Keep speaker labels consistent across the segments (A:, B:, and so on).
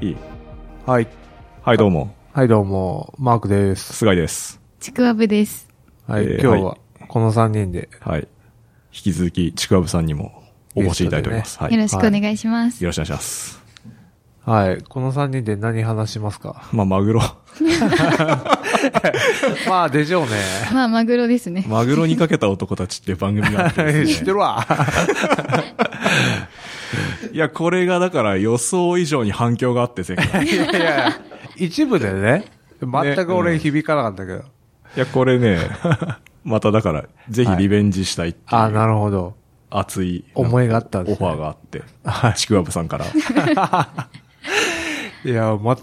A: いい
B: はい。
A: はい、どうも。
B: はい、どうも、マークです。
A: 菅井です。
C: ちくわぶです。
B: はい、
A: えー
B: 今日
A: は
B: はこの3人で、
A: はい。引き続き、ちくわぶさんにもお越しいただいております。はい。
C: よ
A: よ
C: ろしくお願いします。
A: ろしくお願いします。
B: はい、この3人で何話しま すか
A: まあ、マグロ。
B: まあ、でしょうね。
C: まあ、マグロですね。
A: マグロにかけた男たちっていう番組があってです
B: 知
A: ね
B: ってるわ。
A: いや、これがだから予想以上に反響があって、前回。い
B: いやいや、一部でね、全
A: ね
B: く
A: う
B: 俺
A: ん
B: 響かなかったけど。
A: や、これね、まただから、ぜひリベンジしたいって
B: ああ、
A: いう
B: なるほど。
A: 熱い
B: 思いがあったん
A: オ
B: で
A: フ
B: すね
A: ァーがあって、ちくわぶさんから。
B: いや、ま、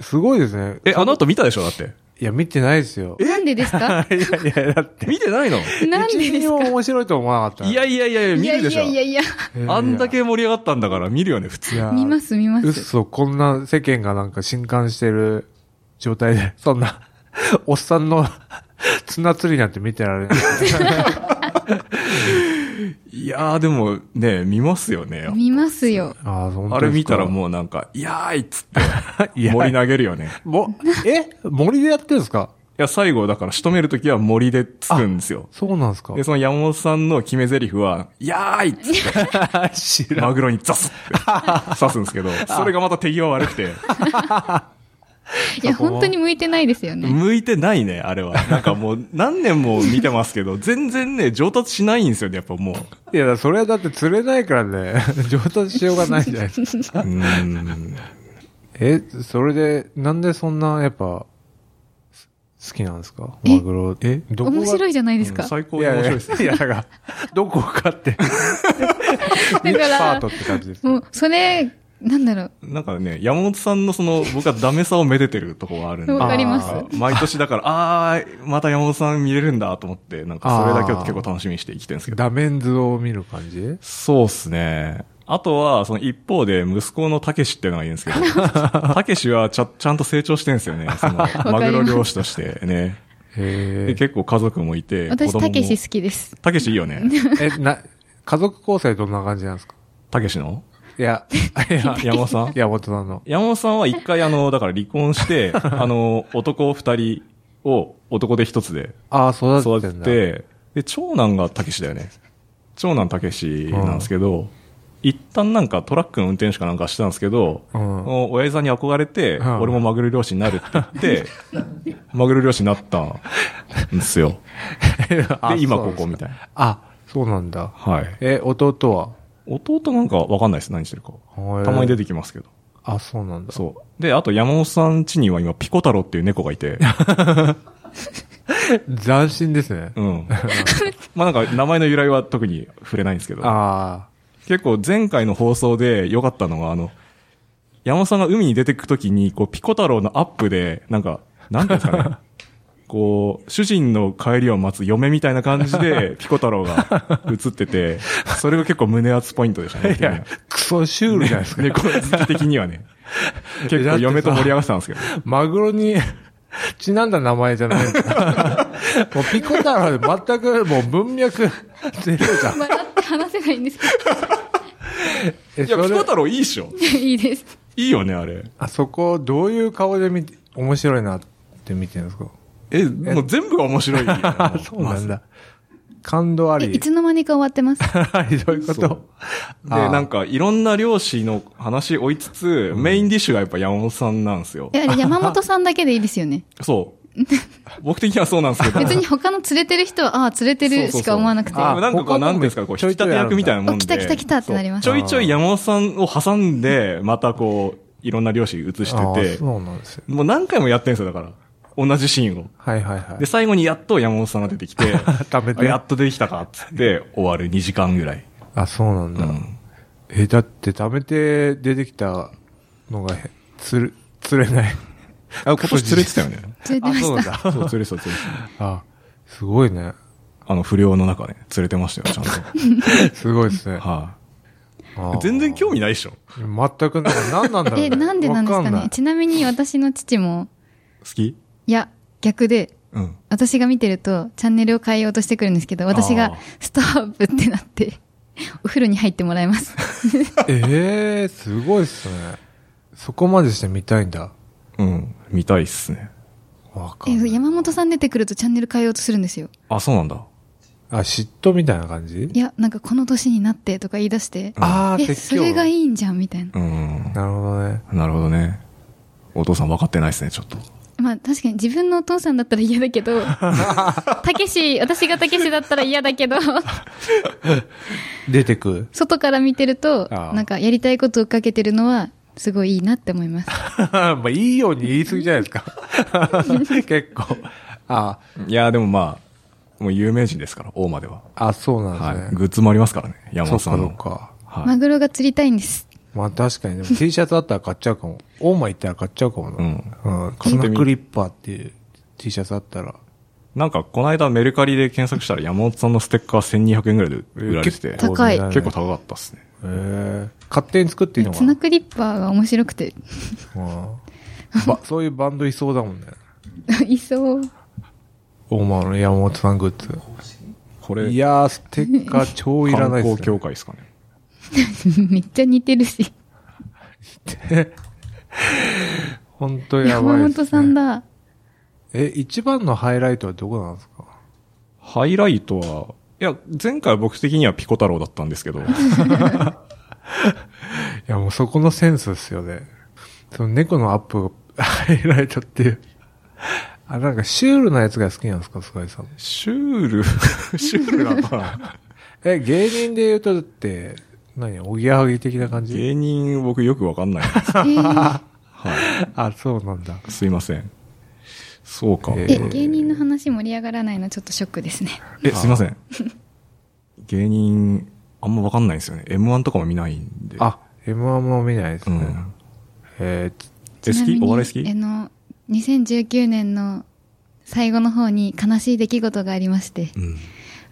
B: すごいですね。
A: え、あの後見たでしょだって。
B: いや、見てないですよ。
C: なんでですか
B: いやいや、だって。
A: 見てないの
C: なんでで
B: 一
C: す
B: 応
C: か
B: 面白いと思わなかった。
A: いやいやいや、 見るでしょ
C: いやいやい
A: あんだけ盛り上がったんだから見るよね、普通。
B: いや
C: や、見ます見ま
B: うっ
C: す。
B: そ、こんな世間がなんか震撼してる状態で、 そんな、おっさんの綱釣りなんて見てられない。
A: いやーでもね、見ますよね。
C: 見ますよ。
B: ああ、
A: あれ見たら
B: う。
A: もうなんか、いやーいっつって、
B: いや
A: 森投げるよね。い
B: も、え森でやってるんですか
A: や、最後だから仕留めるときは森でつくんですよ。
B: そうなんですか
A: で、その山本さんの決め台詞は、いやーいっつっ
B: 知
A: て、マグロにザスって刺すんですけど、それがまた手際悪くて、
C: いや、本当に向いてないですよね。
A: 向いてないね、あれは。なんかもう何年も見てますけど、全然ね、上達しないんですよね、やっぱもう。
B: いや、それはだって釣れないからね、 上達しようがないじゃないです か。
A: うーん。
B: え、それで、なんでそんな、やっぱ、す好きなんですかマグロ。えどこが
C: 面白いじゃないです
A: うん
C: か。
A: 最高
B: い
A: に
B: や
A: 面
B: い
A: 白い
B: や
A: ですね。
B: いや、だから、どこかって、ミッ
C: だか
B: ツパー
C: ら
B: トっ、て感じです。
C: もう、それ、なんだろう。
A: なんかね、山本さんのその、僕はダメさをめでてるとこはあるんで。
C: わかります
A: あー毎年だから、ああー、また山本さん見れるんだと思って、なんかそれだけを結構楽しみにして生きてるんですけど。
B: ダメンズを見る感じ
A: そうっすね。あとは、その一方で、息子のたけしっていうのがいるんですけど、たけしはちゃ、ちゃんと成長してるんですよね。その、マグロ漁師としてね。で、
B: へ
A: 結構家族もいて、
C: 私、たけし
A: 好
C: 好きです。
A: たけしいいよね。
B: え。え、な、家族構成どんな感じなんですか
A: たけしの
B: いや、 い や、
A: 山本さん
B: 山本さんの。
A: 山本さんは一回あの、だから離婚して、あの、男二人を男で一つで
B: ああ、育
A: 育
B: てて
A: て
B: んだ。
A: て、で、長男がたけしだよね。長男たけしなんですけど、一旦なんかトラックの運転手かなんかしてたんですけど、
B: うん
A: 親父さんに憧れて、
B: うん
A: 俺もマグロ漁師になるって言って、 マグロ漁師になったんですよ。
B: あ
A: で、今
B: そ
A: こ
B: うなん
A: こ
B: す
A: みたいな。
B: あ、そうなんだ。
A: はい。
B: え、弟は
A: 弟なんかわかんないです。何してるか。たまに出てきますけど。
B: あ、そうなんだ。
A: そう。で、あと山本さん家には今ピコ太郎っていう猫がいて、
B: 斬新ですね。
A: うん。まあなんか名前の由来は特に触れないんですけど。
B: あ
A: 結構前回の放送で良かったのが、あの、山本さんが海に出てくときに、こう、ピコ太郎のアップで、なんか、なんていうんですか ね。こう、主人の帰りを待つ嫁みたいな感じで、ピコ太郎が映ってて、それが結構胸熱ポイントでしたね。
B: あ。いや、クソシュールじゃないですか。
A: 猫好き的にはね。結
B: だ
A: 構
B: ってさ
A: 嫁と盛り上がってたんですけど。
B: マグロに ちなんだ名前じゃ ない。もうピコ太郎で全くもう文脈ゼロじ ゃん。
C: 笑って話せないんです け
B: え、
A: いや、
B: そ
A: ピコ
B: れ、
A: 太郎いいっしょ。
C: ど、いいです。
A: いいよね、あれ。
B: あそこどういう顔で見て、面白いなって見てるんですか
A: え、もう全部が面白いよ。
B: あ、そうなんだ。感動あ
C: え
B: り。
C: いつの間にか終わってます。
B: はい、どういうこ
A: そ
B: と
A: うで、
B: あー
A: なんか、いろんな漁師の話追いつつ、メインディッシュがやっぱ山本さんなんですよ
C: い。 や、山本さんだけでいいですよね。
A: そう。僕的にはそうなんですけど。
C: 別に他の連れてる人は、ああ、連れてるしか思わなくて。
A: そうそうそうなんかこ
B: あ他
A: う、
B: の
A: なんていうんですか、こう、引き立て役みたいなもんで。
C: お来た来た来たってなります
A: そうちょいちょい山本さんを挟んで、またこう、いろんな漁師映
B: あ
A: して
B: ー
A: て、
B: そうなんですよ。
A: もう何回もやってんですよ、だから。同じシーンを。
B: はいはいはい
A: で、。最後にやっと山本さんが出てきて、
B: 食べ
A: あや
B: て。
A: っと出てきたか、つって、終わる2時間ぐらい。
B: あ、そうなんだ。
A: うん
B: え、だって食べて出てきたのがへ、つる、釣れない。
A: あ、今年釣れてたよね。
C: 連れてま
B: あ、そう
C: し
B: なん
C: た。
B: だ。
A: そう、釣れてた、釣れてた。
B: あ、すごいね。
A: あの、不良の中ね、釣れてましたよ、ちゃんと。
B: すごいですね。
A: は
B: あ
A: い、
B: ー
A: 全然興味ないでしょ。
B: 全くなんか何なんだろう、ね。
C: え、なんでなんですか
B: わんな
C: ね
B: い
C: ちなみに私の父も、
A: 好き
C: いや、逆で、
A: うん。
C: 私が見てると、チャンネルを変えようとしてくるんですけど、
A: あ
C: 私
A: ー
C: が、ストップってな って、お風呂に入ってもらいます。
B: ええー、すごいっすね。そこまでして見たいんだ。
A: うん。見たいっすね。
B: わか
C: え
B: んない。
C: 山本さん出てくるとチャンネル変えようとするんですよ。
A: あ、そうなんだ。
B: あ、嫉妬みたいな感じ
C: いや、なんかこの年になってとか言い出して、
B: ああ、
C: え、
B: 説
C: そ
B: 教。
C: れがいいんじゃんみたいな。
A: うん。
B: なるほどね。
A: なるほどね。お父さん分かってないっすね、ちょっと。
C: まあ確かに自分のお父さんだったら嫌だ けど、たけし、私がたけしだったら嫌だけ ど、
B: 出てく。
C: 外から見てると、
B: あー
C: なんかやりたいことを追っかけてるのは、すごいいいなって思います。
B: まあ、いいように言い過ぎじゃない ですか。結構。あ
A: いや、でもまあ、もう有名人ですから、王までは。
B: あ、そうなんです
A: はい。
B: ね。
A: グッズもありますからね、山
B: そ
A: 本
B: っ
A: さ
B: か
A: ん
B: そ
A: の。
B: っか。
A: は
C: マ
A: い。
C: グロが釣りたいんです。
B: まあ確かに、でも T シャツあったら買っちゃうかも。オーマ行ったら買っちゃうかも
A: う
B: な。
A: ん。
B: うん。
A: 買
B: ツ
A: ってみ
B: ナクリッパーっていう T シャツあったら。
A: なんか、この間メルカリで検索したら山本さんのステッカー1200円ぐらいで売られてて、
C: 結高い
A: 結構
B: 高
A: 高かったっすね。
B: えー勝手に作っていいのか
C: ツ
B: な
C: ナクリッパーが面白くて、
B: うんばそういうバンドいそうだもんね。
C: いそう。
B: オーマの山本さんグッズ。
A: これ、
B: いやー、ステッカー超いら
A: 観
B: ないで
A: 光
B: すね
A: 協。会ですかね。
C: めっちゃ似てるし。
B: 本当やば
C: 山
B: いです、ね。
C: 本さ んだ。
B: え、一番のハイライトはどこなんですか
A: ハイライトは、いや、前回僕的にはピコ太郎だったんです けど、
B: いや、もうそこのセンスですよね。その猫のアップが ハイライトっていう。あ、なんかシュールなやつが好きなんですか、菅井さん。
A: シュール、シュールなのかな
B: え、芸人で言うとだって、何おぎやはぎ的な感じ
A: 芸人僕よくわかんないんです。
C: えー
A: は
B: あ、そうなんだ。
A: い。すいません。そうか。
B: え
A: え、
C: え、
B: ー
C: 芸人の話盛り上がらないのちょっとショックですね。
A: すいません。芸人、あんまわかんないんですよね。M1 とかも見ないんで。、
B: あ、M1 も見ないです
A: う
B: ね。
A: ん。
B: え
A: え、
B: ー
A: 好
C: ちなみ
A: き
C: に
A: お笑い好
C: あ
A: き
C: の、2019年の最後の方に悲しい出来事がありまして、
A: うん。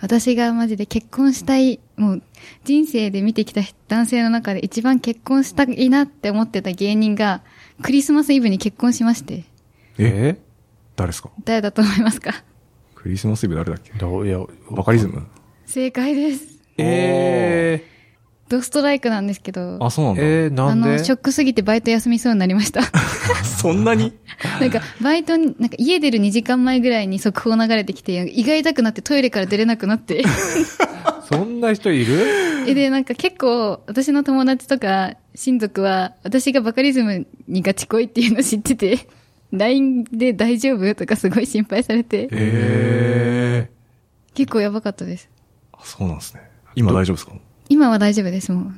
C: 私がマジで結婚したい、もう人生で見てきた男性の中で一番結婚したいなって思ってた芸人が、クリスマスイブに結婚しまして、
A: え、
B: え
A: 誰ですか
C: 誰だと思いますか
A: クリスマスイブ誰だっけ
B: どういや、
A: バカリズム
C: 正解です。
B: え
C: ドストライクなんですけど、
A: あ、そうなん
B: ー、
A: だ。
B: えー、な
C: あ
B: んで
C: の、ショックすぎてバイト休みそうになりま した。
A: そんなに
C: なんか、バイトに、なんか家出る2時間前ぐらいに速報流れてきて、胃が痛くなってトイレから出れなく なって。
B: そんな人いる
C: えで、なんか結構、私の友達とか親族は、私がバカリズムにガチ恋っていうの知ってて、LINE で大丈夫とかすごい心配されて、
A: ええ
C: 結構やばかったです。
A: あ、そうなんですね。今大丈夫ですか
C: 今は大丈夫です、もう。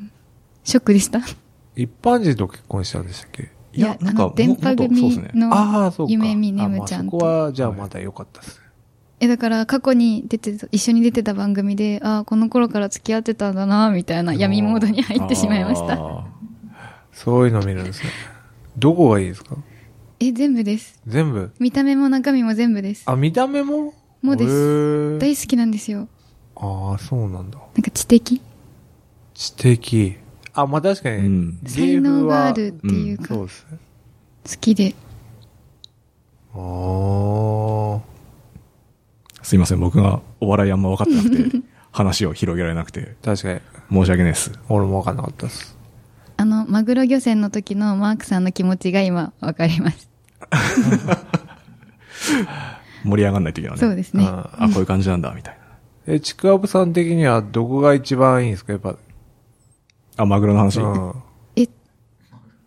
C: ショックでした。
B: 一般人と結婚したんでしたっけ
A: いやなんか
C: あの、電波組
A: もっとそうですね
B: あ
C: の
B: あ、そうか。
C: 夢見ねむちゃん。
B: あまあそことは、じゃあまだ良かったですね。
C: え、だから過去に出てた、一緒に出てた番組で、ああ、この頃から付き合ってたんだな、みたいな闇モードに入ってしまいました。
A: あ
B: そういうの見るんですね。どこがいいですか
C: え、全部です。
B: 全部。
C: 見た目も中身も全部です。
B: あ、見た目も
C: もうです
B: す
C: 大好きなんですよ。
B: ああ、そうなんだ。
C: なんか知的
B: 知的。あ、まあ確か
A: ー
B: に。
A: うん。
C: 才能があるっていうか、
B: そう
C: 好
B: ですね。
C: きで。
B: ああ。
A: すいません、僕がお笑いあんま分かってなく て、話を広げられなくて、
B: 確かに。
A: 申し訳ないです。
B: 俺も分かんなかったです。
C: あの、マグロ漁船の時のマークさんの気持ちが今わかります。
A: 盛り上がんないといけないね。
C: そうですね。
B: うん
A: あ、こういう感じなんだ、みたいな。
B: え、ちくわぶさん的にはどこが一番いいんですかやっぱ。
A: あ、マグロの話。
B: うん。
C: え、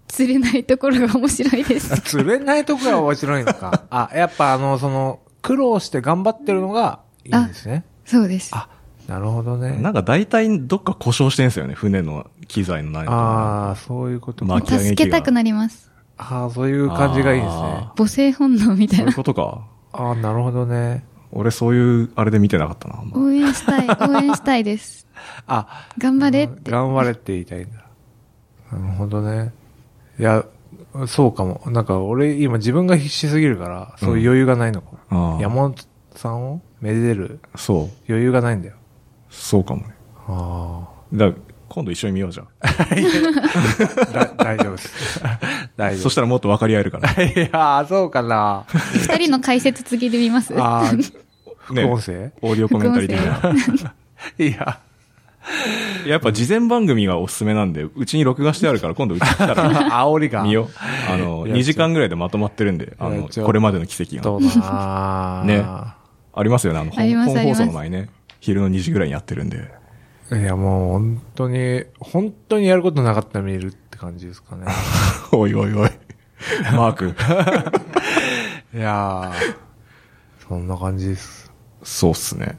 C: 釣れないところが面白いです
B: あ。 釣れないとこが面白いのか。あ、やっぱあの、その、苦労して頑張ってるのがいいんですね。
C: そうです。
B: あ、なるほどね。
A: なんか大体どっか故障してんすよね、船の機材の何か。
B: ああ、そういうことか。
A: まあき上げ
C: 助
A: 機
C: け
A: が
C: たくなります。
B: ああ、そういう感じがいいですね。
A: あ
C: 母性本能みた
A: そ
C: いう
A: いう
C: な。
A: ことか。
B: ああ、なるほどね。
A: 俺そういう、あれで見てなかったな、あんま
C: 応援したい、応援したいです。
B: あ、
C: 頑張れって。
B: 頑張れって言いたいんだ。なるほどね。いや、そうかも。なんか俺今自分が必死すぎるから、そういう余裕がないのかも。
A: あー
B: 山本さんをめでる
A: そう。
B: 余裕がないんだよ。
A: そうかもね。
B: あ
A: だから今度一緒に見ようじゃん。
B: あ、だ大丈夫 です。大丈
A: そ
B: 夫
A: したらもっと分かり合えるから。
B: いやー、そうかな。
C: 二人の解説次で見ます。
B: あー、副
A: ね
B: 音声、
A: オーディオコメンタリー的な。
B: いや。
A: やっぱ事前番組がおすすめなんで、うちに録画してあるから今度うち来たら
B: 煽りが。
A: 見よう。あの、
B: やっちゃう
A: 2時間ぐらいでまとまってるんで、あ
B: や
A: の、
B: っちゃう
A: これまでの奇跡が。
B: どうだ
A: ね
B: な
A: ありますよね、あの、
C: あり
A: 本
C: ます
A: 本
C: あり
A: 放
C: ます
A: 送の前ね。昼の2時ぐらいにやってるんで。
B: いや、もう本当に、本当にやることなかったら見るって感じです かね。
A: おいおいおい。 マーク。
B: いやー、そんな感じです。
A: そうっすね。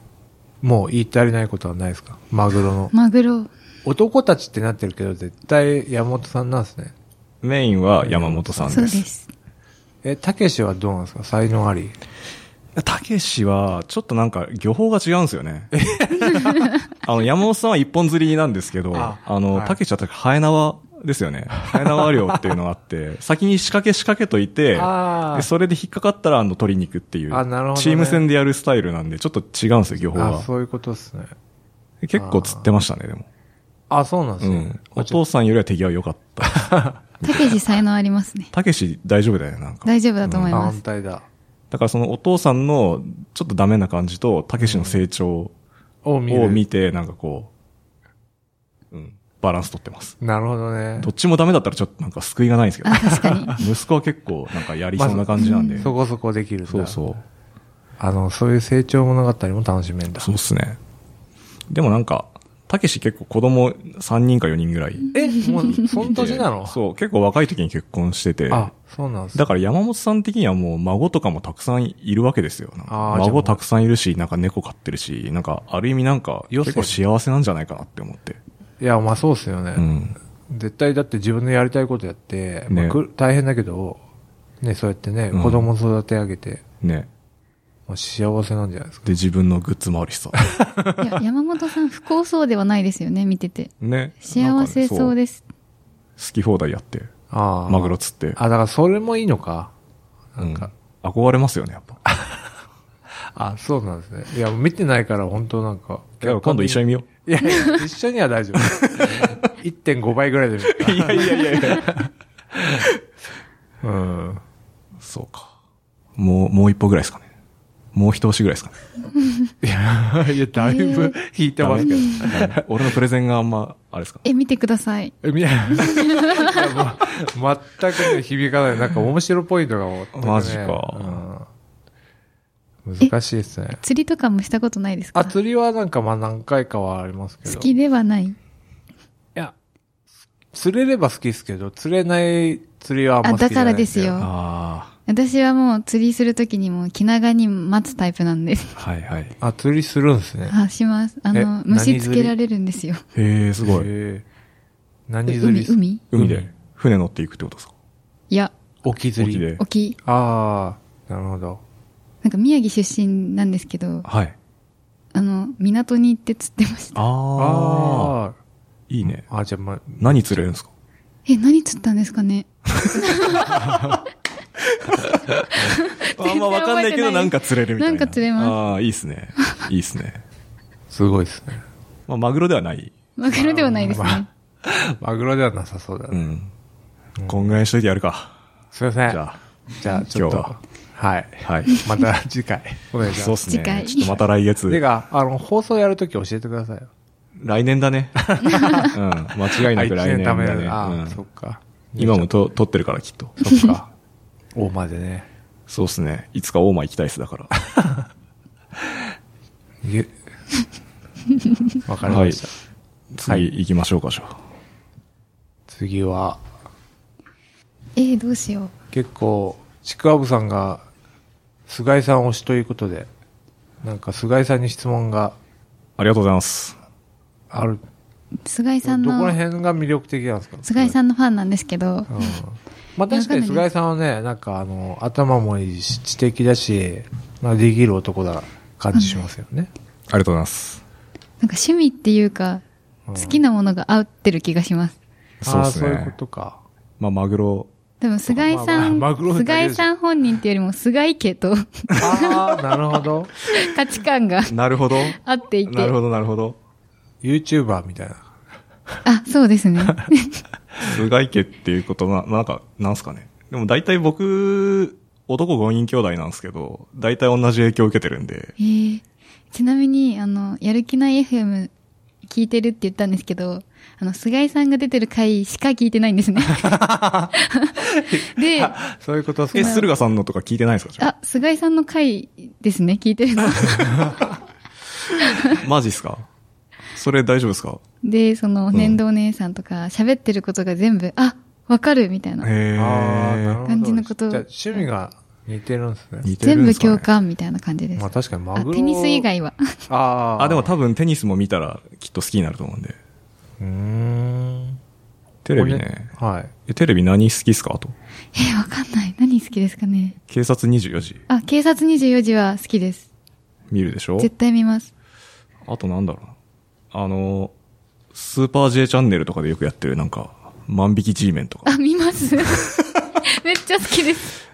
B: もう言い足りないことはないですかマグロの。
C: マグロ。
B: 男たちってなってるけど、絶対山本さんなんですね。
A: メインは山本さん
C: そう
A: で。
C: ですす。
B: え、たけしはどうなんですか才能あり。
A: たけしは、ちょっとなんか、漁法が違うんですよ ね。あの、山本さんは一本釣りなんですけど、あ
B: あ
A: の、
B: はい
A: たけしは確かハエ縄ですよ ね。ハエ縄漁っていうのがあって、先に仕掛け仕掛けといて、
B: あ
A: でそれで引っかかったら、あの、取りに行くっていう。
B: あなるほどね
A: チーム戦でやるスタイルなんで、ちょっと違うんですよ、漁法
B: あ、
A: が。
B: そういうことですね。
A: 結構釣ってましたね、でも。
B: あ、そうなんで
A: う
B: すね。
A: ん。お父さんよりは手際良かった。
C: たけし才能ありますね。
A: たけし大丈夫だよね、なんか。
C: 大丈夫だと思い
B: あ、
C: ま
B: 反
C: す。
B: 対だ。
A: だからそのお父さんのちょっとダメな感じと、たけしの成長
B: を見
A: を
B: る。
A: 見て、なんかこう、うん、バランス取ってます。
B: なるほどね
A: ど。っちもダメだったらちょっとなんか救いがないんですけど
C: あ、、確か に。
A: 息子は結構なんかやりそうな感じなんで。
B: そこそこできるんだ。
A: そうそう。
B: あの、そういう成長物語も楽しめんだ。
A: そうっすね。でもなんか、たけし結構子供3人か4人ぐらい。
B: え、もう、その年なの
A: そう、結構若い時に結婚してて。
B: あ、そうなんです
A: だから山本さん的にはもう孫とかもたくさんいるわけですよ。なんか
B: あーじゃあも
A: 孫
B: う
A: たくさんいるし、なんか猫飼ってるし、なんかある意味なんか
B: 余
A: 結
B: 生
A: 構幸せなんじゃないかなって思って。
B: いや、まあそうっすよね。
A: うん。
B: 絶対だって自分のやりたいことやって、まあ
A: ね
B: く大変だけど、ね、そうやってね、
A: うん
B: 子供育て上げて、
A: ね。
B: まあ、幸せなんじゃないですか。
A: で、自分のグッズもあるしさ。
C: いや山本さん不幸そうではないですよね、見てて。
A: ね。
C: 幸せそう
A: で。
C: です。
A: 好き放題やって、
B: ああ。
A: マグロ釣って。
B: あ、だからそれもいいのか。なんか、
A: うん憧れますよね、やっぱ。
B: あ、そうなんですね。いや、見てないから本当なんか。
A: だから今度一緒に見よ
B: いやいや、一緒には大丈夫。1.5倍ぐらいで見る
A: う。 いやいやいやいや。
B: うん。
A: そうか。もう、もう一歩ぐらいですかね。もう一押しぐらいですかね。
B: いや、いや、だいぶ引いてますけど。
A: ダ メ俺のプレゼンがあんま、あれですか
C: え、見てください。
B: え、みいや、もう全くね、響かない。なんか面白ポイントがもう、ね。
A: マジか
B: うん。難しいですね。
C: 釣りとかもしたことないですか
B: あ、釣りはなんかまあ何回かはありますけど。
C: 好き
B: い
C: ではない。
B: や、釣れれば好きですけど、釣れない釣りはあんま好きじゃない
C: あだからですよ
A: あ
C: 私はもう釣りするときにも気長に待つタイプなんで。
A: あ、はいはい。
B: あ、釣りするんですね。
C: あ、します。あの、
B: え
C: 虫
B: 何
C: つ
B: 釣
C: け
B: り
C: られるんですよ。
A: へえ、すごい。
B: へえ何釣り
C: 海、海
A: 海
B: 海
A: で、船乗っていくってことですか
C: いや、
B: 沖釣り。
A: 沖で。
C: 沖。
B: ああ、なるほど。
C: なんか宮城出身なんですけど、
A: はい。
C: あの、港に行って釣ってました。
A: ああ。
B: あ
A: いいね。
B: あ。あ、じゃあまあ、
A: 何釣れるんですか
C: え、何釣ったんですかね
A: あんまわかんないけど、なんか釣れるみたいな。
C: なんか釣れます
A: ああ、いいっすね。いいっすね。
B: すごいですね。
A: まあ、マグロではない。
C: マグロではないですね。
B: マグロではなさそうだ
A: う
B: ね。
A: ん。こんぐらいにしといてやるか。
B: すいません。
A: じゃ
B: じゃあ、ちょっと。
A: 今日は
B: はい。
A: あ。はい。
B: また次 回、お願いし
A: そう
B: ま
A: っ
B: す。
A: す
C: 次
A: ね。
C: 回
A: ちょっとまた来
B: て
A: 月。
B: か、あの、放送やるとき教えてくださいよ。
A: 来年だね。うん。間違いなく
B: あ一
A: 来年だ
B: 貯めるあ
A: ね。う
B: あ、そ
A: ん
B: っか。
A: 今もと撮ってるから、きっと。
B: そっか。大間でね。
A: そうっすね。いつか大間行きたいっす、だから。
B: いえわかり
A: は
B: ま
A: い
B: した。。
A: 次行きましょうか、じゃあ。
B: 次は、
C: えー、どうしよう。
B: 結構、ちくわぶさんが、菅井さん推しということで、なんか菅井さんに質問が
A: ありがとうございます。
B: ある。
C: 菅井
B: ど
C: さんの。
B: こら辺が魅力的なんですか
C: 菅井さんのファンなんですけど、
B: うんまあ確かに菅井さんはね、なんかあの、頭もいいし、知的だし、まあできる男だ感じしますよね。
A: ありがとうございます。
C: なんか趣味っていうか、
B: う
C: 好
B: ん
C: きなものが合ってる気がします。
A: そう
B: あ
A: っ
B: あ、
A: す
B: そういうこ
A: ね。
B: とか。
A: まあ、マグロ。
C: でも菅井さん、
B: まあまあマグロだけでしょ
C: 菅井さん本人っていうよりも菅井 家と
B: ああ、なるほど。
C: 価値観が
A: なるほど。
C: 合っていて。
A: なるほど、なるほど。
B: YouTuber みたいな。
C: あ、そうですね。
A: 菅井家っていうことな、なんか、なんすかね。でも大体僕、男5人兄弟なんですけど、大体同じ影響を受けてるんで、
C: えーちなみに、あの、やる気ない FM 聞いてるって言ったんですけど、あの、菅井さんが出てる回しか聞いてないんです ね。 で、あ、
B: あそういうことっす
A: え、
B: ね。
A: 駿河さんのとか聞いてないですかじゃ
C: 菅井さんの回ですね、聞いてるの。
A: あマジっすかそれ大丈夫ですか
C: で、その、
A: ん
C: 年度お姉さんとか、喋ってることが全部、あ、わかるみたいな。
A: へ
B: ああ、なるほ
A: え。
B: ど。
C: 感じのこと
B: じゃあ趣味が似てるんですね。
A: 似てる
C: 全
A: ん
C: 部
A: すかね
C: 共。感みたいな感じです。
B: まあ確かにマ
C: あ
B: グロ。
C: テニス以。外は。
B: ああ。
A: あ、でも
B: ぶ
A: 多分テニスも見たらきっと好きになると思うんで。
B: ん。うーん。
A: テレビね。
B: これ。はい。
A: えテレビ何好きっすかあと。
C: えー、わかんない。何好きですかね。
A: 警察24時
C: あ、警察24時は好きです。
A: 見るでしょ
C: 絶対見ます。
A: あとなんだろうな。あの、スーパー J チャンネルとかでよくやってるなんか、万引き G メンとか。
C: あ、見ます めっちゃ好きです。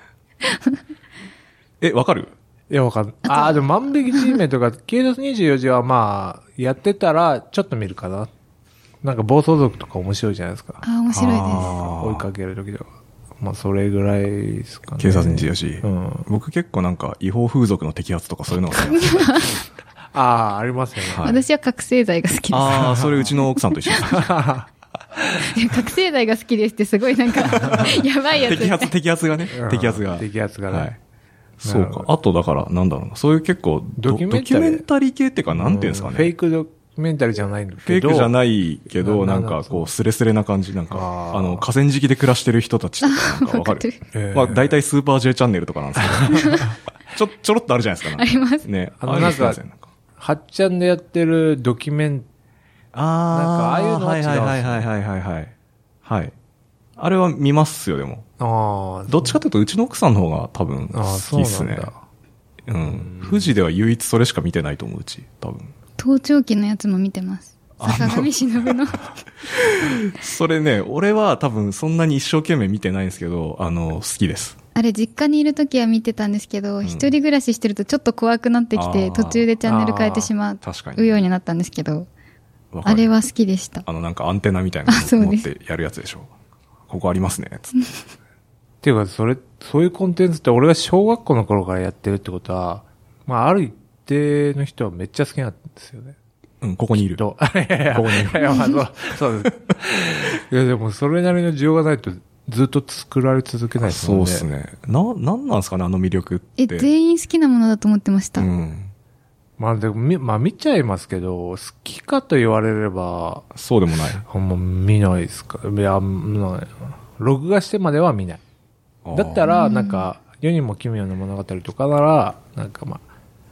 A: え、わかる
B: いや、わかんない。ああ、でも万引き G メンとか、警察24時はまあ、やってたら、ちょっと見るかな。なんか暴走族とか面白いじゃないですか。
C: あ、面白いです。
A: あー
B: 追いかける時とか。まあ、それぐらいですかね。
A: 警察24時。
B: うん
A: 僕結構なんか違法風俗の摘発とかそういうのが好きなんですよ
B: ああ、ありますよね。
A: はい
C: 私は覚醒剤が好きで
A: ああ、それうちの奥さんと一緒です。
C: す。覚醒剤が好きですってすごいなんか、やばいやつ。
A: 摘発、摘発がね。
B: うん
A: 摘発が。
B: 摘発がね
A: はい。そう
B: なる
A: か
B: ほ。ど
A: あとだから、なんだろうな。そういう結構ド、
B: ド
A: ド
B: キ
A: キ
B: ュメ
A: ュメ
B: ンタリー
A: ンタリー系っていうか、なんていうんですかね。
B: フェイクドキュメンタリーじゃないんだ
A: フェ
B: け
A: イ
B: ど。
A: クじゃないけど、
B: な
A: な
B: なん
A: ん
B: だ
A: か
B: そ
A: こ
B: う
A: う、スレスレな感じ、なんか、あ
B: あー
A: の、河川敷で暮らしてる人たちってなんかわか
C: わかる
A: る。
B: ええ
A: まあ、大体スーパー J チャンネルとかなんです けど、ちょ、ちょろっとあるじゃないですか。なんか
C: あります
A: ね。
B: あのなんか
A: ああいうの好きですよね
B: はっちゃんでやってるドキュメン、
A: あ
B: ー
A: ーはいはいはいはいはいはいはい。はい。あれは見ますよ、でも。
B: ああ、
A: どっちかというと、うちの奥さんの方が多分好
B: ああ、
A: き
B: そう
A: っ
B: な
A: す
B: ん
A: ね。
B: だ。
A: うん。富士では唯一それしか見てないと思う、うち。多分。
C: 盗聴器のやつも見てます。坂上忍の。
A: それね、俺は多分そんなに一生懸命見てないんですけど、あの、好きです。
C: あれ、実家にいる時は見てたんですけど、一人暮らししてるとちょっと怖くなってき
A: あ
C: て、
A: ー
C: 途中でチャンネル変えてしま
A: 確かに
C: うようになったんですけど、
A: わか
C: あ
A: る
C: れは好きでした。
A: あの、なんかアンテナみたいな
C: あそう
A: の持
C: で
A: っ
C: す
A: てやるやつでしょ。ここありますね、つって。
B: っていうか、それ、そういうコンテンツって俺が小学校の頃からやってるってことは、まあ、ある一定の人はめっちゃ好きなんですよね。
A: うん、ここにいる。
B: どういやいや、
A: ここに
B: いやまあ そう、そうです。いや、でもそれなりの需要がないとずっと作られ続けないですも
A: そ
B: ん
A: う
B: ね。
A: っす。ね。な、なんなんすかね、あの魅力って。
C: え、全員好きなものだと思ってました。
A: うん。
B: まあ、でも、みまあ、見ちゃいますけど、好きかと言われれば、
A: そうでもない。
B: あんま見ないですか。いや、見ない。録画してまでは見ない。だった
A: ら、
B: ら、なんか、世にも奇妙な物語とかなら、なんかま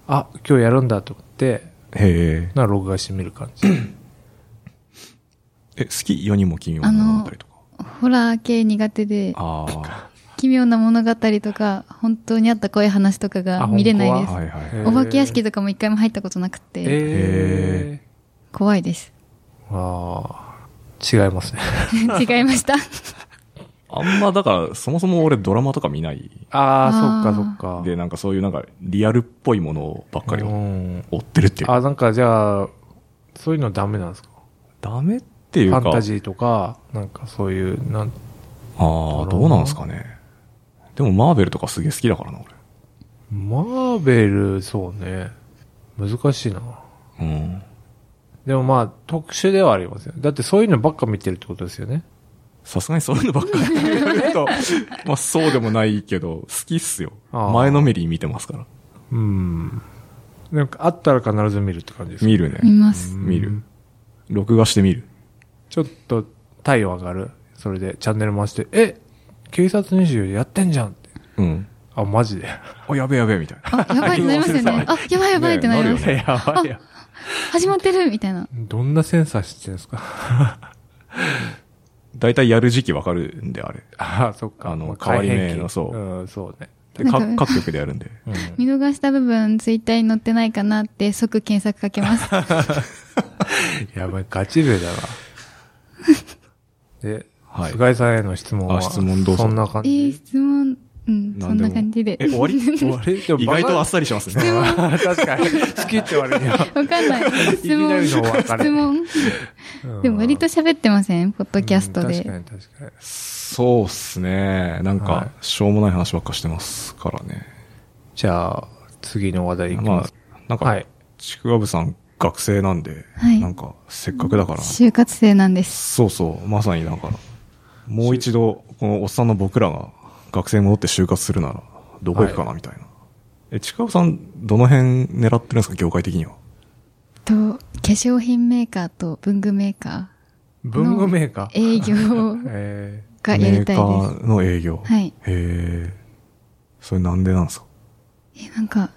B: あ、あ、今日やるんだと思って、
A: へえ。
B: な、録画してみる感じ。
A: え、好き世にも奇妙な物語とか。
C: ホラー系苦手で、
A: ああ
C: 奇妙な物語とか、本当にあった怖い話とか
B: あ
C: が見れない
B: 本
A: ー。
C: です。
A: はいはい。
B: え
C: お化け屋敷とかも一回も入ったことなくて、
B: え
C: 怖い です。
B: ー。あー違いますね。
C: 違いま した。
A: あんま、だから、そもそも俺ドラマとか見ない。
B: ああ、
C: あー
B: そっかそっか。
A: で、なんかそういうなんか、リアルっぽいものばっかり
B: う
A: を
B: ん。
A: 追ってるっていう。
B: あ、なんかじゃあ、そういうのダメなんですか
A: ダメっていう
B: フ
A: か。
B: ァンタジーとか、なんかそういう、なん、
A: ああ、どうなんすかね。でも、マーベルとかすげえ好きだからな、
B: マーベル、そうね。難しいな。
A: 俺。うん。
B: でもまあ、特殊ではありますよ。だってそういうのばっか見てるってことですよね。
A: さすがにそういうのばっかり言われ ると、まあそうでもないけど、好きっすよ。
B: あー
A: 前のめりに見てますから。
B: うん。なんかあったら必ず見るって感じですか
A: 見るね。
C: 見ます。
B: うん
A: 見る。録画して見る。
B: ちょっと体温上がる。それでチャンネル回して、え警察24やってんじゃんって。
A: うん。
B: あ、マジで。
A: あ、やべえやべえ、みたいな。
C: あ、やばいってなりますよね。あ、やばいやばいってなります。
A: ね
B: やば いや。
C: 始まってるみたいな。
B: どんなセンサーしてるんですか
A: 大体やる時期わかるんで、あれ。
B: あそっか。
A: あの
B: ま
A: 変わり目
B: 改変期
A: のそう
B: うん、そうね。
A: で
C: な
A: か
C: んか
A: 各局でやるんで。
B: うん
C: 見逃した部分、ツイッターに載ってないかなって即検索か けます。
B: やばい、ガチ勢 だな。で、
A: はい
B: 菅井さんへの質問は、
A: あ質問どうぞ
B: そんな感
C: えー、
B: じ。
C: 質問、うん、そ
A: なん
C: ん
A: でも
C: な感じで。
A: え、終わり
B: 終わりでも
A: 意外とあっ
B: バ
A: さりします
B: カ
A: ね。
B: 確かに。好きって言われるよ。
C: わか んない。質
B: きな
C: 問。
B: りのお別れ
C: 質問。 でも割と喋ってませんポッドキャスト
B: うん
C: で。
B: 確かに確かに。
A: そうっすね。なん
B: はい
A: か、しょうもない話ばっかしてますからね。
B: じゃあ、次の話題いき
A: ま
B: ま
A: あ
B: す。、
A: なん
B: は
A: か
B: い、
A: ちくわぶさん学生なんで、
C: はい
A: なんか、せっかくだから、
C: 就活生なんです。
A: そうそう、まさになんか、もう一度、このおっさんの僕らが学生戻って就活するなら、どこ行くかな、みたいな。え、近尾さん、どの辺狙ってるんですか、業界的には。
C: と、化粧品メーカーと文具メーカ
B: 文具メーカー。
C: ー、営業
B: え
C: がやりたい
A: メー
C: で
A: カーの営業。
C: はい
A: へえ。それなんでなんですか
C: す。え、なんか、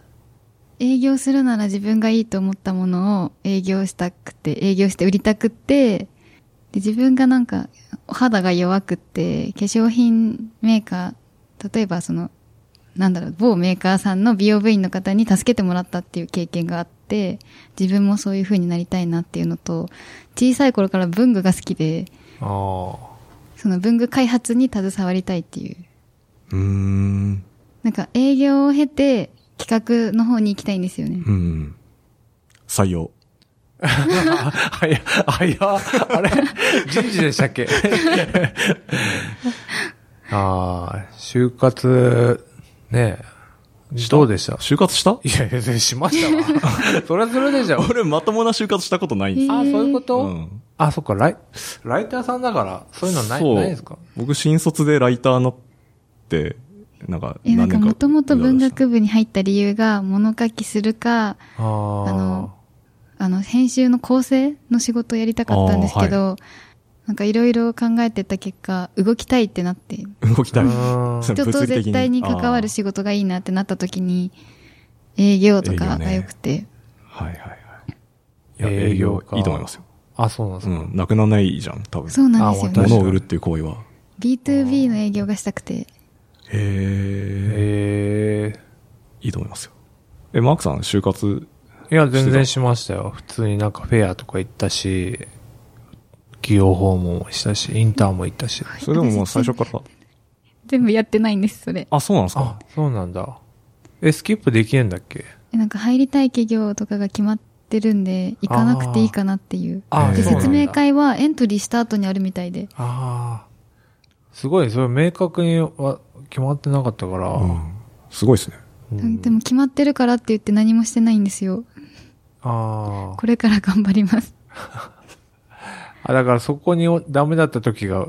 C: 営業するなら自分がいいと思ったものを営業したくて、営業して売りたくて、で自分がなんか、お肌が弱くて、化粧品メーカー、例えばその、なんだろう、某メーカーさんの美容部員の方に助けてもらったっていう経験があって、自分もそういう風になりたいなっていうのと、小さい頃から文具が好きで、
B: ー、ああ。
C: その文具開発に携わりたいっていう。
A: うーん。
C: なんか営業を経て企画の方に行きたいんですよね。
A: うん。採 用。
B: はや、はや、あれ人事でした っけああ、就活、ねえ。どうでした
A: 就活した
B: いやいや、しましたわ。それはそれでしょ。
A: 俺、まともな就活したことないんですよ。
B: あそういうこと、
A: うん
B: あ、そっか、ライ、ライターさんだから、そういうのない、
A: そう
B: ないですか
A: 僕、新卒でライターなって、なんか、
C: え、なんかもともと文
A: 部。
C: 学部に入った理由が物書きするか、
B: ああ。
C: あのあの、編集の構成の仕事をやりたかったんですけど、なんかいろいろ考えてた結果、動きたいってなって、
A: 動きたい。
B: うーん
A: それ
C: 人 と
A: 物理的
C: 絶対に関わる。仕事がいいなってなった時に、営業とかが良くて、
A: あーはいはいはい。いや、
B: 営
A: 営
B: 業
A: 業
B: か、
A: いいと思いますよ。
B: あ、そうなんです
A: う
B: か。
A: ん。なくならないじゃん、多分。
C: そうなんですよ
B: あ
C: ね
B: 私。
A: 物を売るっていう行為は。
C: B2B の営業がしたくて、
A: へえ。
B: へえ。
A: いいと思いますよ。え、マークさん、就活
B: いや、全然しましたよ。普通になんかフェアとか行ったし、企業訪問もしたし、インターンも行ったし。
A: それでももう最初から。
C: 全部やってないんです、それ。
A: あ、そうなんですか
B: あ、そうなんだ。え、スキップできるんだっけ
C: えなんか入りたい企業とかが決まってるんで、行かなくていいかなっていう。
A: あ
B: あ、
A: ー
C: で、
B: そうなんだ
C: 説明。会はエントリーした後にあるみたいで。
B: ああ。すごい、それ明確には決まってなかったから。
A: うん。すごいですね。
B: うん
C: でも決まってるからって言って何もしてないんですよ。
B: あ
C: これから頑張ります。
B: あ。あ、だからそこにおダメだった時が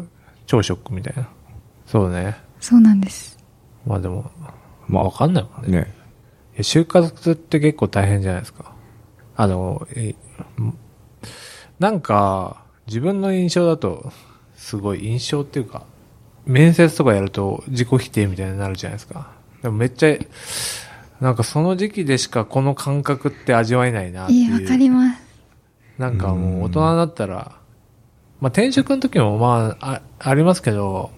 B: 超ショックみたいな。そうね。
C: そうなんです。
B: まあでも、
A: まあ
B: わかんないもん
A: ね。
B: ね。いや就活って結構大変じゃないですか。あの、えんなんか、自分の印象だと、すごい印象っていうか、面接とかやると自己否定みたいになるじゃないですか。でもめっちゃ、なんかその時期でしかこの感覚って味わえないなって
C: い
B: い。
C: いうわかります。
B: なんかもう大人になったら、まあ転職の時もまあ、あ、ありますけど、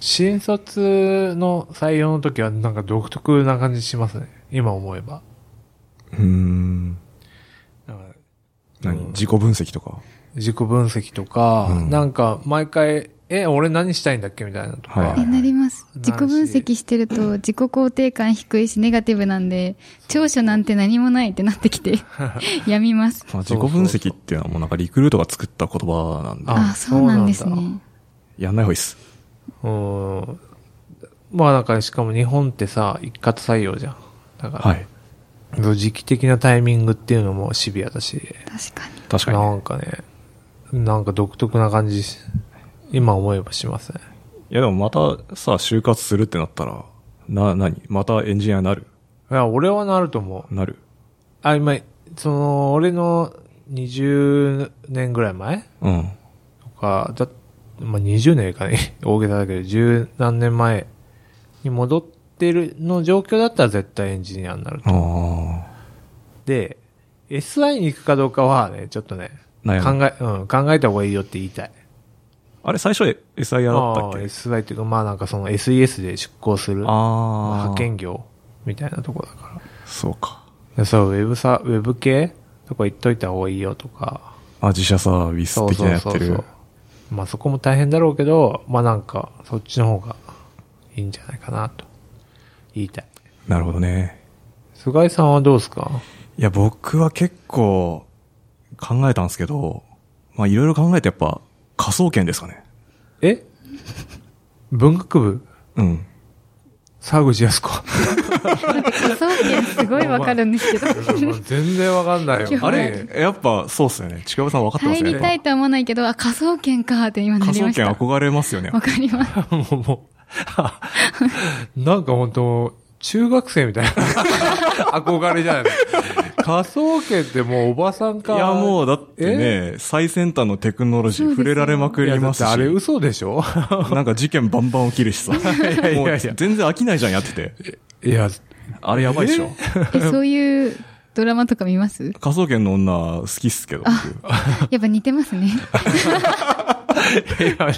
B: 新卒の採用の時はなんか独特な感じしますね。今思えば。
A: うーん。
B: なんか
A: 何自己分析とか。
B: 自己分析とか、
A: うん
B: なんか毎回、え、俺何したいんだっけみたいなとか。
A: はいはい
C: え、なります。
B: なるし
C: 自己分析してると自己肯定感低いしネガティブなんで、長所なんて何もないってなってき て、やみます。
A: まあ、自己分析っていうのはもうなんかリクルートが作った言葉なんで、
B: あ
C: あそうなんです
B: そうな
C: ね
B: ん。
A: やんない方がいいっす。
B: うん。まあなんかしかも日本ってさ、一括採用じゃん。だから、
A: はい。
B: 時期的なタイミングっていうのもシビアだし、
C: 確かに。
A: 確かに
B: な
A: ね。
B: んかね、なんか独特な感じし、今思えばしますね。
A: いやでもまたさ、就活するってなったら、な、なにまたエンジニアになる
B: いや、俺はなると思う。
A: なる
B: あ、今、その、俺の20年ぐらい前
A: うん。
B: とか、だ、まあ、20年かね、 大げさだけど、十何年前に戻ってるの状況だったら絶対エンジニアになると。
A: あ
B: で、SI に行くかどうかはね、ちょっとね、
A: あ。悩む
B: 考え、うん、考えた方がいいよって言いたい。
A: あれ最初 SIR だ
B: あ
A: っ
B: あ
A: たっけ
B: ?SI っていうか、まあなんかその SES で出向する、まあ
A: ああ。
B: 派遣業みたいなとこだから。
A: そうか。
B: でそう、ウェブさ、ウェブ系とか行っといた方がいいよとか、
A: あ、自社サービス
B: そう
A: 的
B: そ
A: な
B: う
A: やって
B: そ
A: る。
B: うそう。まあそこも大変だろうけど、まあなんか、そっちの方がいいんじゃないかなと、言いたい。
A: なるほどね。
B: 菅井さんはどうですか
A: いや、僕は結構考えたんですけど、まあいろいろ考えてやっぱ科捜研ですかね。
B: え文学部
A: うん。
B: 沢口靖子。
C: そうけんすごいわかるんですけど。
B: 全然わかんないよ。
A: あれ、やっぱそうっすよね。ちくわぶさん分かってます
C: 入
A: よね。
C: りたいとは思わないけど、あ、科捜研かって今な
A: 科
C: りま
A: 捜
C: した。
A: 研憧れますよね。
C: わかります。
B: もう、もう、 なんか本当中学生みたいな憧れじゃないの科捜研ってもうおばさん
A: い
B: か。
A: や、もうだってね、最先端のテクノロジー触れられまく
B: いや
A: り
B: だ
A: ま
B: っ
A: す
B: て
A: し、
B: あれ嘘でしょ
A: なんか事件バンバン起きるしさ。
B: やいやいや
A: もう全然飽きないじゃん、やってて。
B: いや、
A: あれやばいでしょ。
C: え、そういうドラマとか見ます
A: 科捜研の女好きっすけど、僕
C: やっぱ似てま すね。
B: いや、ね、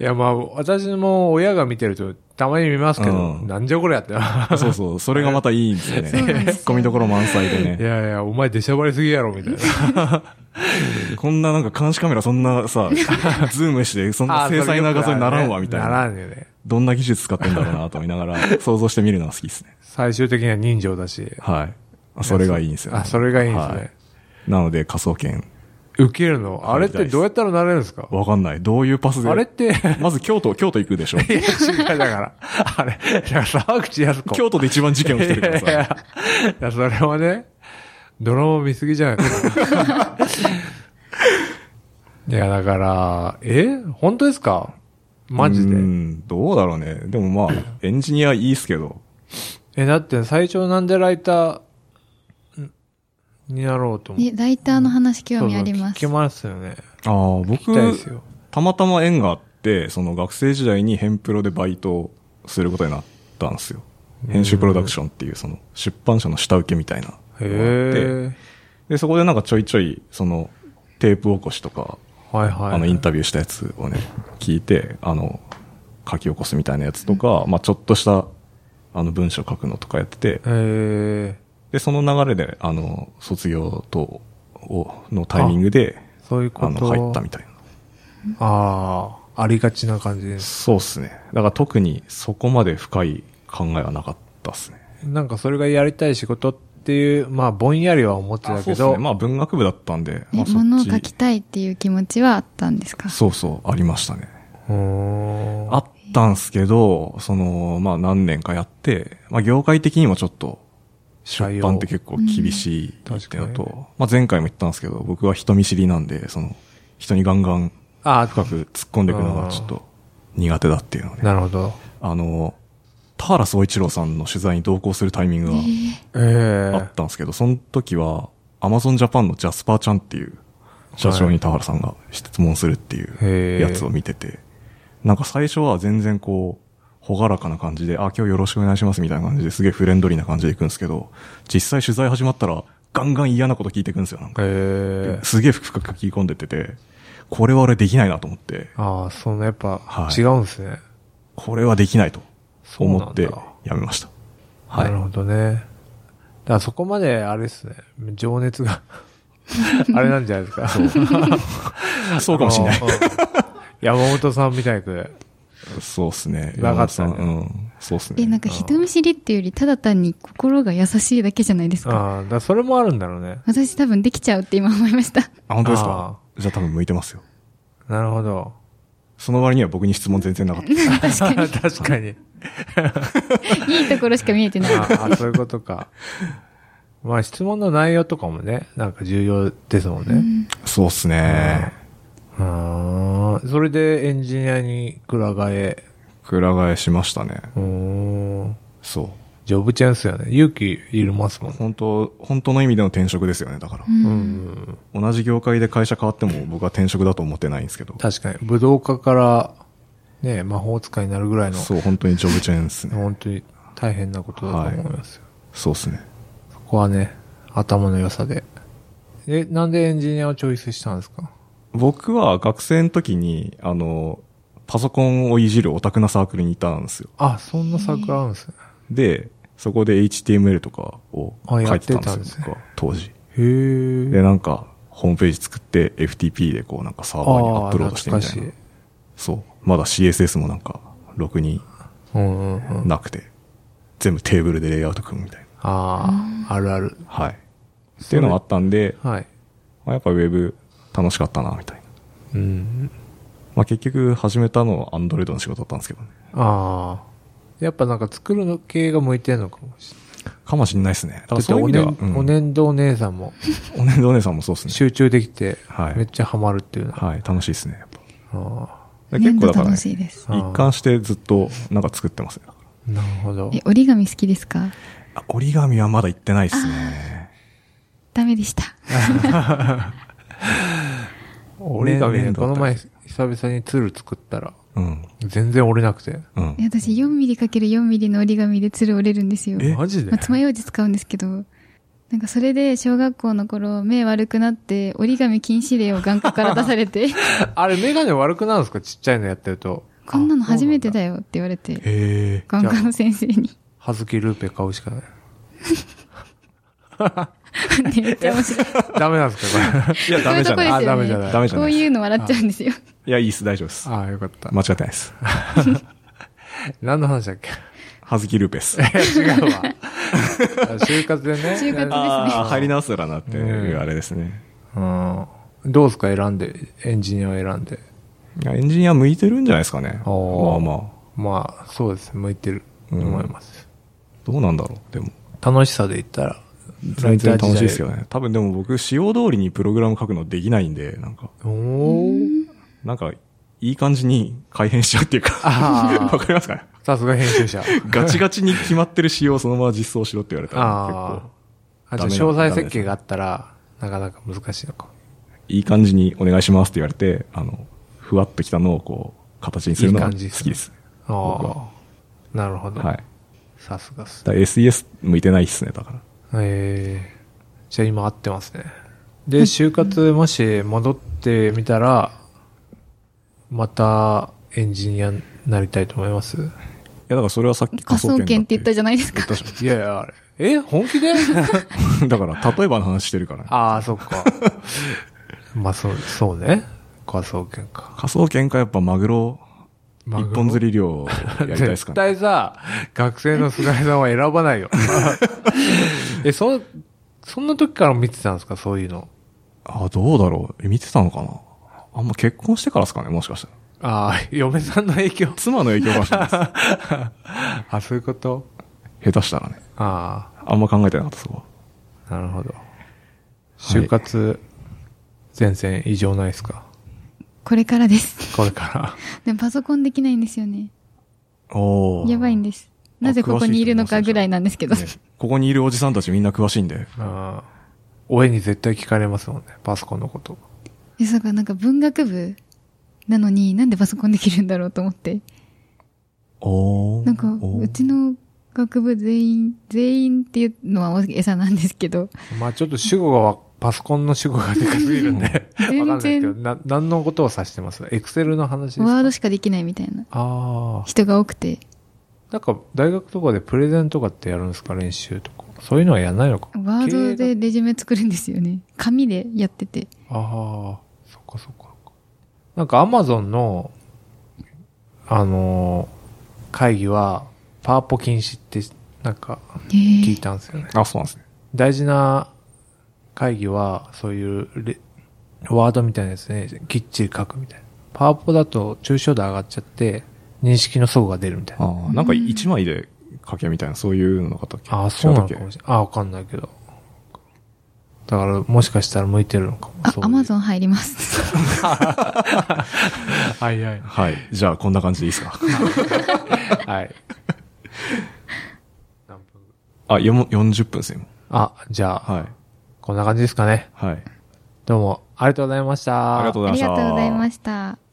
B: いやまあ、私も親が見てると、たまに見ますけど、
A: うん
B: なんじゃこり ゃって。い
A: そうそう、それがまたいいんですよね。
C: そうなんですよ
A: ツッコミどころ満載でね。
B: やいや、お前出しゃばりすぎやろ、みたい な。
A: こんななんか監視カメラそんなさ、ズームして、そんな精細な画像にならんわ、みたい
B: な
A: な。
B: らんよね。
A: どんな技術使ってんだろうな、と思いながら、想像してみるのは好きですね。
B: 最終的には人情だし。
A: はい。あそれがいいんですよ、ね。
B: あ、それがいいんですね。
A: はいなので、科捜研。
B: 受けるの。あれってどうやったらなれるんですか
A: わかんない。どういうパスで。
B: あれって、
A: まず京都、京都行くでしょ。
B: いや、違うだから。あれ、いや、沢口靖子。
A: 京都で一番事件起きてるから
B: いやい
A: さ。
B: やいや、それはね、ドラマ見すぎじゃないですか。 いや、だから、え本当ですかマジで
A: う。ん、どうだろうね。でも まあ、エンジニアいいっすけど。
B: え、だって最初なんでライターんになろうと思って。
C: え、ライターの話興味ありま
B: 聞
C: す
B: き。ますよね。
A: ああ、
B: 聞
A: 僕
B: きたいですよ。
A: たまたま縁があって、その学生時代に編プロでバイトをすることになったんですよ。編集プロダクションっていう、その出版社の下請けみたいな。
B: へえ。
A: で、そこでなんかちょいちょい、その、テープ起こしとか、
B: はいはい。
A: あの、インタビューしたやつをね、聞いて、あの、書き起こすみたいなやつとか、まあちょっとした、あの、文章書くのとかやってて、
B: へえ。
A: で、その流れで、あの、卒業と、を、のタイミングで、
B: そういう
A: あ
B: こと。
A: の、入ったみたいな。
B: ああ、ありがちな感じです。
A: そうっすね。だから特にそこまで深い考えはなかったっすね。
B: なんかそれがやりたい仕事っていう、まあぼんやりは思ってた
A: そう
B: け
A: っす
B: ど、
A: ね。まあ文学部だったんで、ま
C: え
A: あ、そ
C: 物を
A: っ
C: 書
A: ち
C: きたいっていう気持ちはあったんですか
A: そうそう、ありましたね。
B: うーん
A: あったんすけど、その、まあ何年かやって、まあ業界的にもちょっと、出版って結構厳しいっていうのと、
B: うん確
A: まあ前回も言ったんですけど、僕は人見知りなんで、その、人にガンガン
B: あ
A: 深く突っ込んでいくのがちょっと苦手だっていうのね。
B: なるほど。
A: あの、田原総一郎さんの取材に同行するタイミングが、
B: ええー。
A: あったんですけど、その時は、アマゾンジャパンのジャスパーちゃんっていう社長に田原さんが質問するってい
B: へー
A: うやつを見てて、なんか最初は全然こう、ほがらかな感じで、あ、今日よろしくお願いしますみたいな感じですげえフレンドリーな感じで行くんですけど、実際取材始まったら、ガンガン嫌なこと聞いていくんですよ、なんか。
B: ええ
A: すげえ深く聞き込んでってて、これは俺できないなと思って、
B: ああ、そのやっぱ
A: は、い
B: 違うんですね。
A: これはできないと
B: そう
A: 思
B: なんだ
A: ってやめました。はい
B: なるほどね。だからそこまで、あれですね。情熱 が、あれなんじゃないですか。そう。
A: そうかもしれない。
B: ん。山本さんみたいく。
A: そうっすね。
B: なかったね
A: 山本さんうん。そうっすね。
C: え、なんか人見知りっていうより、ただ単に心が優しいだけじゃないですか。
B: ああ、だからそれもあるんだろうね。
C: 私多分できちゃうって今思いま した。
A: あ、本当です
B: あ
A: かじゃあ多分向いてますよ。
B: なるほど。
A: その割には僕に質問全然なかった。
C: 確か
B: 確かに。
C: に。いいところしか見えてない。
B: ああ、そういうことか。まあ質問の内容とかもね、なんか重要ですもんね。
A: そうっすね。
B: うん。それでエンジニアにくら替え。
A: くら替えしましたね。
B: うーん。
A: そ
B: ジョブチェンスよね。勇気いりますもん
A: う。
B: ね。
A: 本当本当の意味での転職ですよね、だから。
B: うん。
A: 同じ業界で会社変わっても僕は転職だと思ってないんですけど。
B: 確かに。武道家から、ね、魔法使いになるぐらいの、
A: そう、本当にジョブチェーンですね。
B: 本当に大変なことだと思いますよ。
A: そうっすね。
B: そこはね、頭の良さで。え、なんでエンジニアをチョイスしたんですか
A: 僕は学生の時に、あの、パソコンをいじるオタクなサークルにいたんですよ。
B: あ、そんなサークルあるんですね。
A: で、そこで HTML とかを書いてたんです
B: あやってた
A: よ
B: ん、ですね
A: 僕は当時。
B: へー。
A: で、なんか、ホームページ作って FTP でこうなんかサーバーにアップロードしてみ
B: あ
A: たい
B: ー
A: な
B: 懐。か
A: そう。まだ CSS もなんか、ろくに
B: しいうんうんうん。
A: なくて、全部テーブルでレイアウト組むみたいな。
B: ああ、あるある。
A: はい。っていうのがあったんで、
B: はい。
A: まあ、やっぱウェブ楽しかったな、みたいな。
B: うん。
A: まあ結局始めたのは Android の仕事だったんですけどね。
B: ああ。やっぱなんか作るの系が向いてるのかもしれない。
A: かもしんないですね。だから
B: だって
A: そういう意
B: お
A: 味では、
B: ね
A: うん
B: お年度お姉さんも
A: おねんどお姉さんもそうですね。
B: 集中できて、
A: はい
B: めっちゃハマるっていうのは。
A: はい、楽しいですね。やっぱ
B: あ
A: で
C: 粘
A: 結構
C: 土
A: だから、
C: 楽
A: ね、
C: しいです。
B: あー
A: 一貫してずっとなんか作ってますね。
B: ーなるほど
C: え。、折り紙好きですか
A: あ折り紙はまだ行ってないですね。
C: ダメでした。
B: 折り紙
A: ね
B: ね、この前久々にツール作ったら、
A: うん。
B: 全然折れなくて。
A: うん
C: い。や私 4mm×4mm の折り紙で鶴折れるんですよ。
A: え
B: マジで
C: まあ、爪楊枝使うんですけど、なんかそれで小学校の頃目悪くなって折り紙禁止令を眼科から出されて、
B: あれメガネ悪くなるんですかちっちゃいのやってると。
C: こんなの初めて
B: よ。
C: だよって言われて、
A: へえ。
C: 眼科の先生に。
B: はずきルーペ買うしかない。
C: でめっちゃ面 白い。
B: ダメなんですかこれ。
A: いや、ダメじゃない。あ
C: こういうとこ
B: ダメ
C: です
B: じゃ
C: よ
B: ない。
C: ね。
A: ダメじゃ
C: こ
A: な
C: う
A: い。
C: いうの笑っちゃうんですよ。
A: いや、いいっす、大丈夫です。
B: ああ、よかった。
A: 間違ってないです。
B: 何の話だっけ
A: はずきルーペス。
B: いや違うわ。 就活でね。
C: 就活で
A: ああ、入り直すからなっていうあれですね。
B: うん。どうですか選んで、エンジニアを選んで。
A: いやエンジニア向いてるんじゃないですかね。ま
B: お
A: あ
B: ー
A: まあ。
B: まあ、そうです。向いてると思います。
A: どうなんだろう、でも。
B: 楽しさで言ったら、
A: 全然楽しいですけ
B: ね。
A: どね。多分でも僕、仕様通りにプログラム書くのできないんで、なんか、
B: おー。
A: なんか、いい感じに改変しちゃうっていうか、
B: あー
A: わかりますかね
B: さすが編集 者。
A: ガチガチに決まってる仕様をそのまま実装しろって言われたら、結構、
B: ああ。あ、じゃあ
A: ダメだ
B: 詳細設計があったら、なかなか難しいのか。
A: いい感じにお願いしますって言われて、あの、ふわっときたのをこう、形にするのが
B: いい
A: 好
B: 感
A: き
B: じ
A: で
B: です
A: す。
B: ね
A: 僕
B: あ
A: は
B: あ。なるほど。
A: はい。だか
B: さすがっす。
A: ら SES 向いてないっすね、だから。
B: ええじゃあ今合っ てますね。で、就活もし戻ってみたら、またエンジニアになりたいと思います
A: いや、だからそれはさっき
C: 科
A: 仮想
C: 捜
A: 研
C: 研って言ったじゃないですか。
B: いやいや、あれ。え本 気で
A: だから、例えばの話してるから、ね。
B: ああ、そっか。まあ、そう、そうね。仮想研か。
A: 仮想研かやっぱマグロ、
B: マ
A: 一
B: グロ
A: 本釣り漁やりたいです
B: 絶
A: かね。
B: 対さ、学生の菅井さんは選ば ないよ。え、そ、そんな時から見てたんですかそういうの。
A: あ、どうだろう。え見てたのかなあんま結婚してからですかね、もしかしたら。
B: ああ、嫁さんの影響。
A: 妻の影響かもしれないで
B: あ、そういうこと
A: す。 下手したらね。
B: あ
A: あんま考えてなかった、そこは。
B: あ、なるほど。就活、全然異常ないです か
C: これからです。
B: これか
C: でもパソコンできないんですよね。
A: おー
C: やばいんです。なぜここにいるのかぐらいなんですけど。
A: ねここにいるおじさんたちみんな詳しいんで。
B: ら。うん。親に絶対聞かれますもんね。パソコンのこと。
C: え、そうか、なんか文学部なのになんでパソコンできるんだろうと思って。
A: おー
C: なんか、
A: おー
C: うちの学部全員、全員っていうのは餌なんですけど、
B: まあちょっと主語がわ、パソコンの主語がでかすぎる んで、わかんないですけど、な、何のことを指してますエクセルの話ですか
C: ワードしかできないみたいな
B: ああ。
C: 人が多くて、
B: なんか、大学とかでプレゼンとかってやるんですか練習とか。そういうのはやんないのか
C: ワードでレジュメ作るんですよね。紙でやってて。
B: ああ、そっかそっか。なんかアマゾンの、あのー会議は、パワポ禁止って、なんか、
C: へ
B: 聞い
C: ー
B: たんですよね。
A: あ、そうなんですね。
B: 大事な会議は、そういうレ、ワードみたいなやつね、きっちり書くみたいな。パワポだと、抽象度上がっちゃって、認識の齟齬が出るみたいな。
A: ああ、なんか一枚で書けみたいな、そういうのなかったっけ
B: ああ、そうな
A: 違
B: の
A: ったっ
B: か
A: け
B: もしれない。ああ、わかんないけど。だから、もしかしたら向いてるのかも。
C: あ、アマゾ
B: ン。
C: ン入ります。
B: はいはい。
A: はい。じゃあ、こんな感じでいいですか。
B: はい。
A: あ、よも40分ですよ。
B: あ、じゃあ、
A: はい。
B: こんな感じですかね。
A: はい。
B: どうも、ありがとうございました。
A: ありがとうござい
C: あ
A: ま
C: り
A: した。
C: がとうございました。